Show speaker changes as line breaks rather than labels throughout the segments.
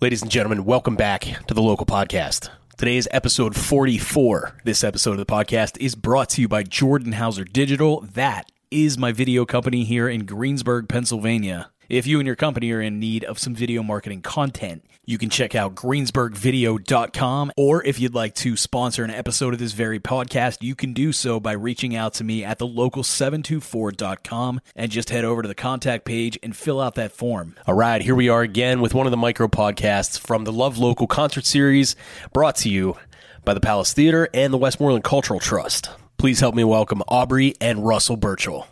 Ladies and gentlemen, welcome back to the local podcast. Today is episode 44. This episode of the podcast is brought to you by Jordan Hauser Digital. That is my video company here in Greensburg, Pennsylvania. If you and your company are in need of some video marketing content, you can check out greensburgvideo.com. Or if you'd like to sponsor an episode of this very podcast, you can do so by reaching out to me at thelocal724.com and just head over to the contact page and fill out that form. All right, here we are again with one of the micro podcasts from the Love Local Concert Series, brought to you by the Palace Theater and the Westmoreland Cultural Trust. Please help me welcome Aubrey and Russell Birchall.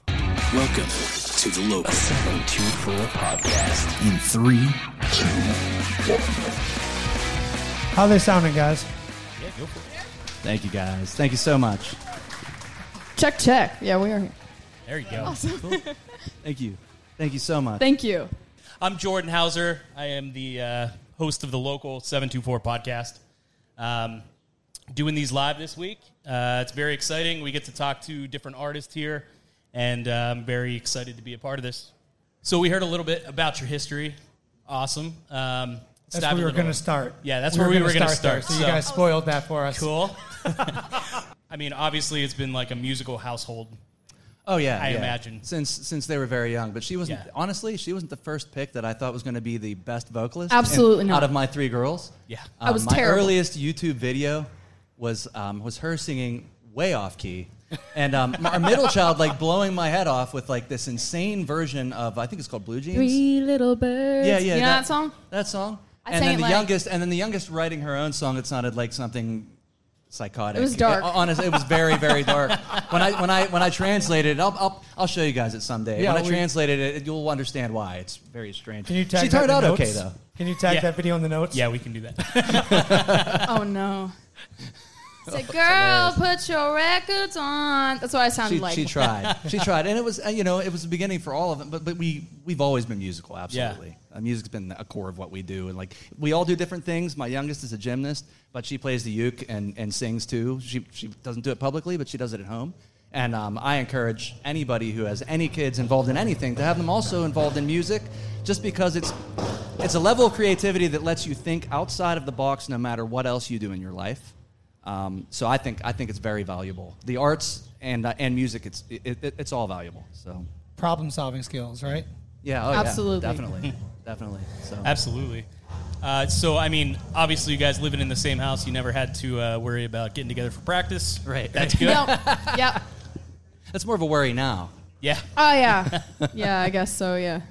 Welcome to the Local 724 Podcast.
In three,
How they sounding, guys?
Thank you guys. Thank you so much.
Check, check. Yeah, we are here.
There you go.
Thank you. Thank you so much.
Thank you.
I'm Jordan Hauser. I am the uh, host of the local 724 podcast. Um, doing these live this week. Uh, it's very exciting. We get to talk to different artists here, and uh, I'm very excited to be a part of this. So, we heard a little bit about your history. Awesome. Um, let's
That's
dive
where we
a
were
little-
going to start.
Yeah, that's where we were
gonna
gonna
there,
start,
So, you
so-
guys spoiled that for us.
Cool. I mean, obviously, it's been like a musical household.
Oh yeah,
I
yeah.
imagine.
since since they were very young. But she wasn't.
Yeah.
Honestly, she wasn't the first pick that I thought was going to be the best vocalist.
Absolutely
And
not.
Out of my three girls, Um,
Yeah.
I was
my
terrible.
earliest YouTube video was um, was her singing way off key, and um, our middle child like blowing my head off with like this insane version of I think it's called Blue Jeans.
Three little birds.
Yeah, yeah.
You know that, song?
That song.
I
and
sang
then
it
the
like-
youngest, and then the youngest writing her own song. It sounded like something psychotic.
It was dark.
honestly, it was very, very dark. when I when I when I translated it, I'll I'll, I'll show you guys it someday.
Yeah,
when I
we-
translated it, you'll understand why. It's very strange.
Can you tag
she
that
turned
in
out
the
okay
notes?
though.
Can you tag
Yeah.
that video in the notes?
Yeah, we can do that.
Oh, no.
Oh,
It's like, girl, put your records on. That's what I sounded
She,
like.
she tried. She tried, and it was uh, you know it was the beginning for all of them. But but we we've always been musical, absolutely. Uh, music's been a core of what we do, and like we all do different things. My youngest is a gymnast, but she plays the uke and and sings too. She she doesn't do it publicly, but she does it at home. And um, I encourage anybody who has any kids involved in anything to have them also involved in music, just because it's it's a level of creativity that lets you think outside of the box, no matter what else you do in your life. Um, so I think I think it's very valuable. The arts and uh, and music, it's it, it, it's all valuable. So
Problem solving skills, right?
yeah, oh,
Absolutely.
yeah, definitely, definitely. So
Absolutely. Uh, so, I mean, obviously, you guys living in the same house, you never had to uh, worry about getting together for practice.
Right.
That's good.
No. Yep.
that's more of a worry now.
Yeah.
Oh, yeah. Yeah, I guess so, yeah.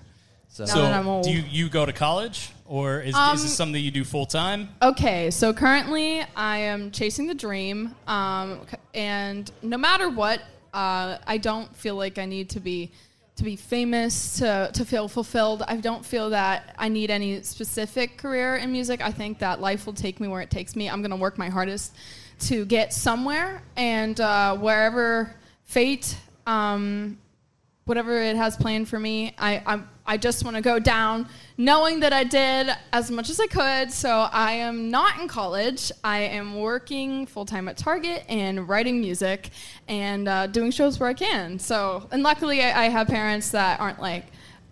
So,
No.
So,
that I'm old.
do you, you go to college, or is,
Um,
is this something that you do full time?
Okay, so currently I am chasing the dream, um, c- and no matter what, uh, I don't feel like I need to be to be famous to to feel fulfilled. I don't feel that I need any specific career in music. I think that life will take me where it takes me. I'm gonna work my hardest to get somewhere, and uh, wherever fate. Um, whatever it has planned for me. I I'm, I just want to go down knowing that I did as much as I could. So I am not in college. I am working full time at Target and writing music and uh, doing shows where I can. So and luckily I, I have parents that aren't like.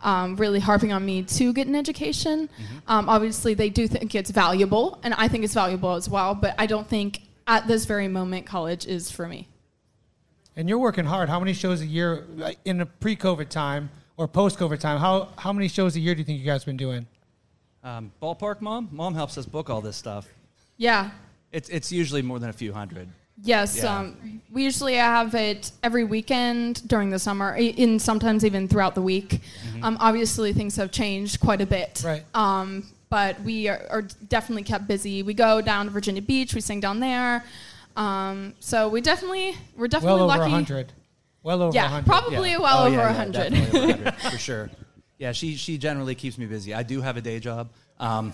Um, really harping on me to get an education. Um, obviously, they do think it's valuable, and I think it's valuable as well, but I don't think at this very moment college is for me.
And you're working hard. How many shows a year like, in a pre-COVID time or post-COVID time? How how many shows a year do you think you guys been doing?
um, ballpark mom, mom helps us book all this stuff.
Yeah,
It's it's usually more than a few hundred.
Yes,
Yeah.
um, we usually have it every weekend during the summer, i- and sometimes even throughout the week. Um, obviously, things have changed quite a bit,
Mm-hmm. Right.
Um, but we are, are definitely kept busy. We go down to Virginia Beach, we sing down there, um, so we definitely we're
Well
definitely
over
lucky.
a hundred. Well over a
Yeah,
hundred.
probably well
Oh,
over
yeah,
a
yeah,
hundred.
definitely over 100, for sure. Yeah, she she generally keeps me busy. I do have a day job. Um,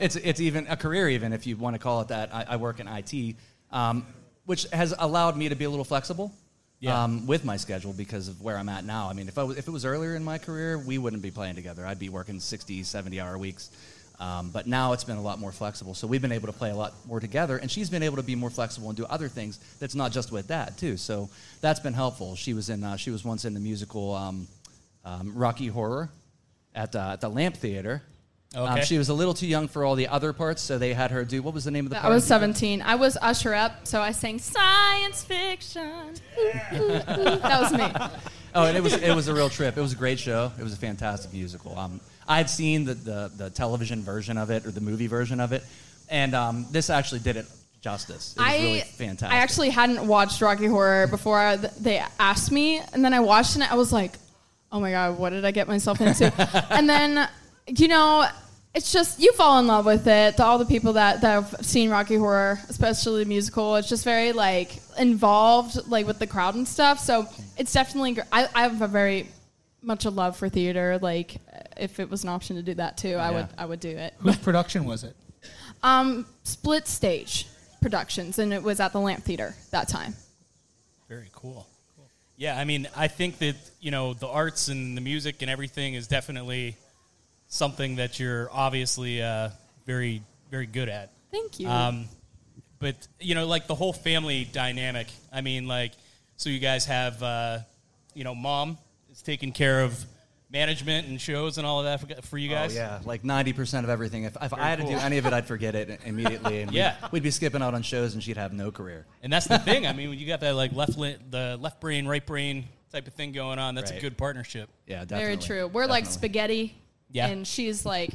it's it's even a career, even if you want to call it that. I, I work in IT, um, which has allowed me to be a little flexible.
Yeah.
Um, with my schedule because of where I'm at now. I mean, if I was, if it was earlier in my career, we wouldn't be playing together. I'd be working 60, 70 hour weeks. Um, but now it's been a lot more flexible. So we've been able to play a lot more together, and she's been able to be more flexible and do other things that's not just with that too. So that's been helpful. She was in uh, she was once in the musical um, um, Rocky Horror at uh, at the Lamp Theater.
Okay.
she was a little too young for all the other parts, so they had her do what was the name of the
I
part?
was 17. I was usher up, so I sang science fiction. that was me.
Oh, and it was it was a real trip. It was a great show. It was a fantastic musical. Um, I had seen the, the the television version of it or the movie version of it, and um, this actually did it justice. It was
I
really fantastic.
I actually hadn't watched Rocky Horror before I, th- they asked me, and then I watched it. and I was like, "Oh my god, what did I get myself into?" and then, you know, it's just you fall in love with it. To all the people that that have seen Rocky Horror, especially the musical, it's just very like involved, like with the crowd and stuff. So it's definitely. gr- I, I have a very much a love for theater. Like, if it was an option to do that too, I would
Yeah.
I would do it.
Whose production was it?
Um, Split Stage Productions, and it was at the Lamp Theater that time.
Very cool. Yeah, I mean, I think that you know the arts and the music and everything is definitely something that you're obviously uh, very very good at.
Thank you.
Um, but you know, like the whole family dynamic. I mean, like so you guys have uh, you know, mom is taking care of management and shows and all of that for, for you
Oh,
guys.
yeah, like ninety percent of everything. If, if I had to do any of it, I'd forget it immediately, and
Yeah.
we'd, we'd be skipping out on shows, and she'd have no career.
And that's the thing. I mean, when you got that like left li- the left brain, right brain type of thing going on, that's a
Right.
good partnership.
Yeah, definitely.
Very true. We're like
Definitely.
spaghetti,
Yeah.
and she's like,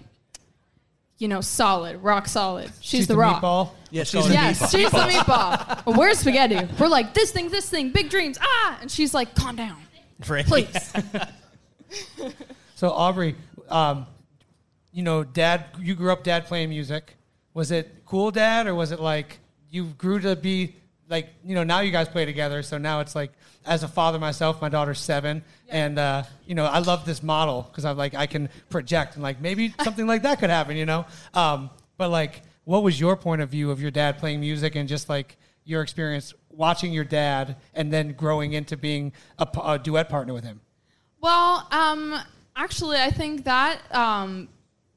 you know, solid, rock solid. She's,
She's
the, rock.
meatball.
Yeah, she's the
Yes,
meatball.
she's the meatball. But we're spaghetti. We're like this thing, this thing, big dreams, ah! And she's like, calm down,
Right?
please.
So Aubrey, um, you know, Dad, you grew up Dad playing music. Was it cool, Dad, or was it like you grew to be like you know now you guys play together? So now it's like as a father myself, my daughter's seven, and uh, you know I love this model because I'm like I can project and like maybe something like that could happen, you know. Um, but like, what was your point of view of your dad playing music and just like your experience watching your dad and then growing into being a, p- a duet partner with him?
Well, um, actually, I think that um,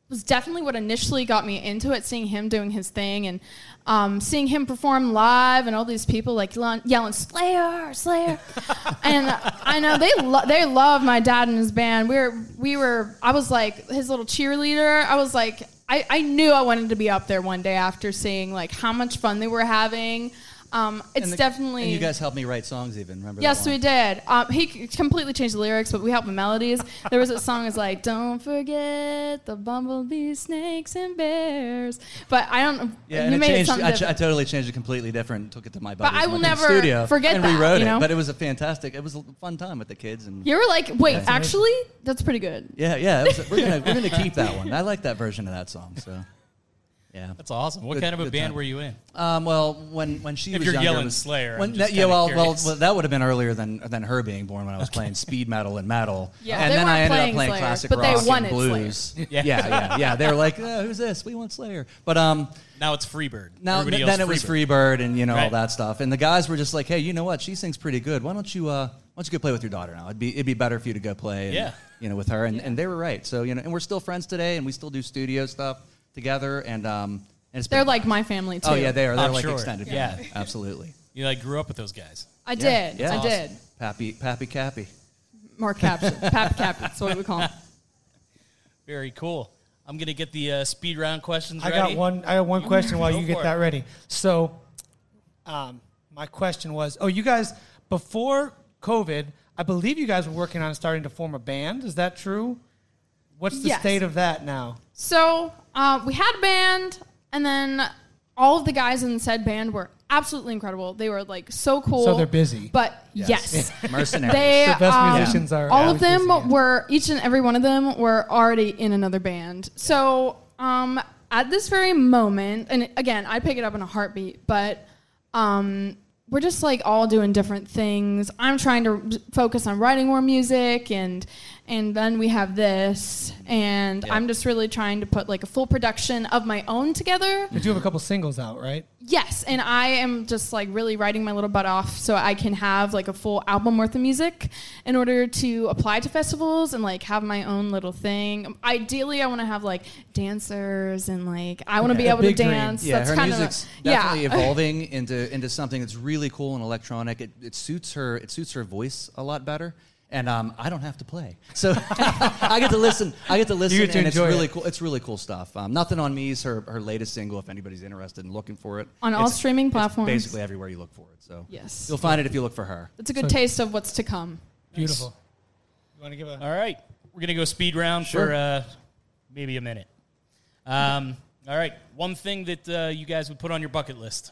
was definitely what initially got me into it. Seeing him doing his thing and um, seeing him perform live, and all these people like yelling, yelling "Slayer, Slayer," and I know they lo- they love my dad and his band. We were we were I was like his little cheerleader. I was like I, I knew I wanted to be up there one day after seeing like how much fun they were having. Um, it's
And the-
definitely
And you guys helped me write songs, even remember?
Yes,
that
we
one?
did. Um, he c- completely changed the lyrics, but we helped with melodies. There was a song that's like, "Don't forget the bumblebees, snakes, and bears." But I don't.
Yeah,
you
and
made
it
it
changed,
something
I, ch- I
different.
totally changed it completely different. Took it to my buddies
I
and
will
went to the
never
studio
forget
and
that,
rewrote
you know?
it. But it was a fantastic. It was a fun time with the kids and.
you were like, "Wait, actually, that's pretty good."
Yeah, yeah. It was, we're gonna we're gonna keep that one. I like that version of that song. So, yeah.
That's awesome. What
Good-
kind of a
good
band
time.
were you in?
Um, well, when when she
If
was
you're
younger, it
yelling
was-
Slayer, I'm
when,
just
yeah,
kinda
well, well,
curious.
well, that would have been earlier than than her being born when I was playing speed metal and metal.
Yeah,
and
they
then I
weren't
ended
playing
up playing
Slayer,
classic
but they
rock and
wanted
blues.
Yeah.
Yeah, yeah, yeah. They were like, "Uh, "Who's this? We want Slayer." But um,
Now it's Freebird.
now
Everybody
th-
else
then it was
Freebird.
Freebird and you know all
Right.
that stuff. And the guys were just like, "Hey, you know what? She sings pretty good. Why don't you uh, why don't you go play with your daughter now? It'd be it'd be better for you to go play. And,
Yeah.
you know, with her." And, and they were right. So you know, and we're still friends today, and we still do studio stuff together. And um, and it's
They're
been-
like my family too.
Oh yeah, they are. They're
I'm
like
sure.
extended.
Yeah.
family. absolutely.
You like grew up with those guys.
I did.
Yeah.
I
Awesome.
did.
Pappy, Pappy Cappy.
Mark Caption, Pap Cap. That's what we call him.
Very cool. I'm gonna get the uh, speed round questions.
I
ready.
got one. I got one question while
Go
you
for
get
it.
that ready. So, um, my question was: Oh, you guys before COVID, I believe you guys were working on starting to form a band. Is that true? What's the
Yes.
state of that now?
So uh, we had a band, and then all of the guys in said band were absolutely incredible. They were like so cool.
So they're busy.
But
Yes.
yes.
Mercenaries.
They,
The best
um,
musicians are
all of
always
them
busy, yeah.
were each and every one of them were already in another band. So um, at this very moment, and again, I pick it up in a heartbeat, but um, we're just like all doing different things. I'm trying to focus on writing more music, and and then we have this, and I'm just really trying to put like a full production of my own together.
But you have a couple singles out, right?
Yes, and I am just like really writing my little butt off so I can have like a full album worth of music in order to apply to festivals and like have my own little thing. Ideally, I want to have like dancers and like I want to be
The
able to
big dream.
dance.
Yeah,
That's
her
kind of
music's definitely evolving into into something that's really cool and electronic. It, it suits her it suits her voice a lot better. and um, I don't have to play, so I get to listen. I get to listen,
get to
and it's
enjoy
really
it.
cool. It's really cool stuff. Um, Nothing on Me is her, her latest single. If anybody's interested in looking for it
On all
It's-
streaming
it's
platforms.
basically everywhere you look for it. So
Yes.
you'll find it if you look for her.
It's a good taste of what's to come.
Beautiful. You want to give a
All right. We're going to go speed round for
Sure.
uh, maybe a minute. Um, all right. One thing that uh, you guys would put on your bucket list.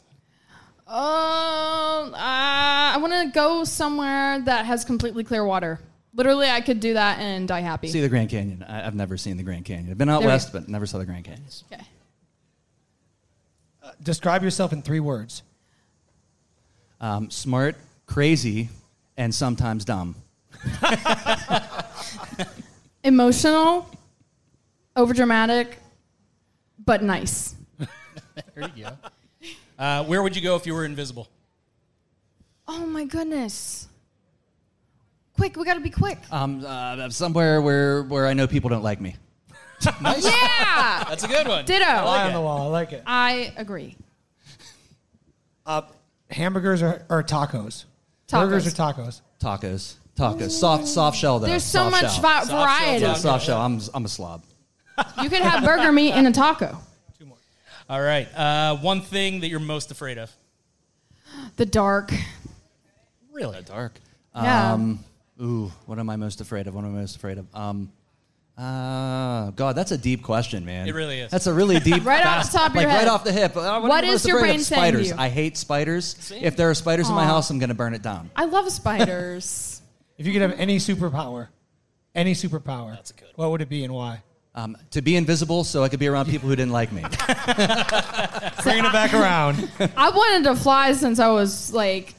Um, uh, I want to go somewhere that has completely clear water. Literally, I could do that and die happy.
See the Grand Canyon. I, I've never seen the Grand Canyon. I've been out
There we
west,
go.
but never saw the Grand Canyon.
okay.
Uh, describe yourself in three words?
Um, smart, crazy, and sometimes dumb.
Emotional, overdramatic, but nice.
There you go. Uh, where would you go if you were invisible?
Oh my goodness. Quick, we got to be quick.
Um, uh, somewhere where where I know people don't like me.
yeah.
That's a good one.
Ditto.
Eye on the wall. I like it.
I agree.
Uh, hamburgers or, or tacos?
Tacos.
Burgers or tacos?
Tacos, tacos, soft soft shell though.
There's so
soft
much
shell.
va-
shell
variety.
Yeah,
taco.
soft shell. I'm I'm a slob.
You could have burger meat and a taco.
All right. Uh, one thing that you're most afraid of.
The dark.
Really dark.
Yeah.
Um, ooh, what am I most afraid of? What am I most afraid of? Um, uh, God, that's a deep question, man.
It really is.
That's a really deep.
Right off
fast-
the top of your
like
head.
right off the hip. Uh,
What
am I
is
most
your
afraid of?
brain saying to
spiders.
you?
I hate spiders. If there are spiders in my
Aw.
house, I'm gonna burn it down.
I love spiders.
If you could have any superpower, any superpower,
That's a good one.
what would it be and why?
Um, to be invisible, so I could be around people who didn't like me.
Bringing it back around.
I wanted to fly since I was like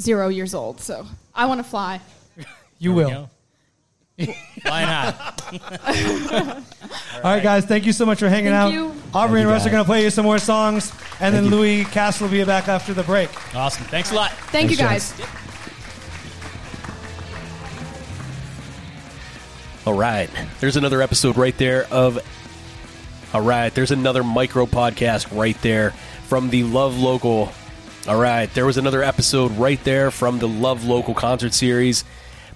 zero years old, so I want to fly.
You
You
will.
know? Why not?
All right, guys, thank you so much for hanging
Thank
out.
you.
Aubrey
Thank
and
you,
Russ are
guys.
going to play you some more songs, and then
you.
Louis Castle will be back after the break.
Awesome. Thanks a lot.
Thank you
Thanks,
guys.
All right. There's another episode right there of. All right. There's another micro podcast right there from the Love Local. All right. There was another episode right there from the Love Local concert series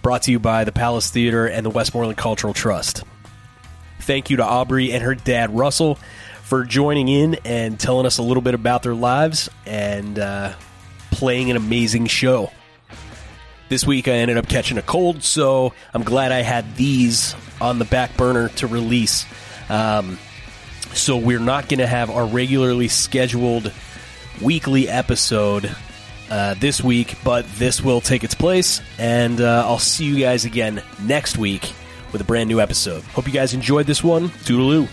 brought to you by the Palace Theater and the Westmoreland Cultural Trust. Thank you to Aubrey and her dad, Russell, for joining in and telling us a little bit about their lives and uh, playing an amazing show. This week I ended up catching a cold, so I'm glad I had these on the back burner to release. Um, so we're not going to have our regularly scheduled weekly episode uh, this week, but this will take its place, and uh, I'll see you guys again next week with a brand new episode. Hope you guys enjoyed this one. Toodaloo.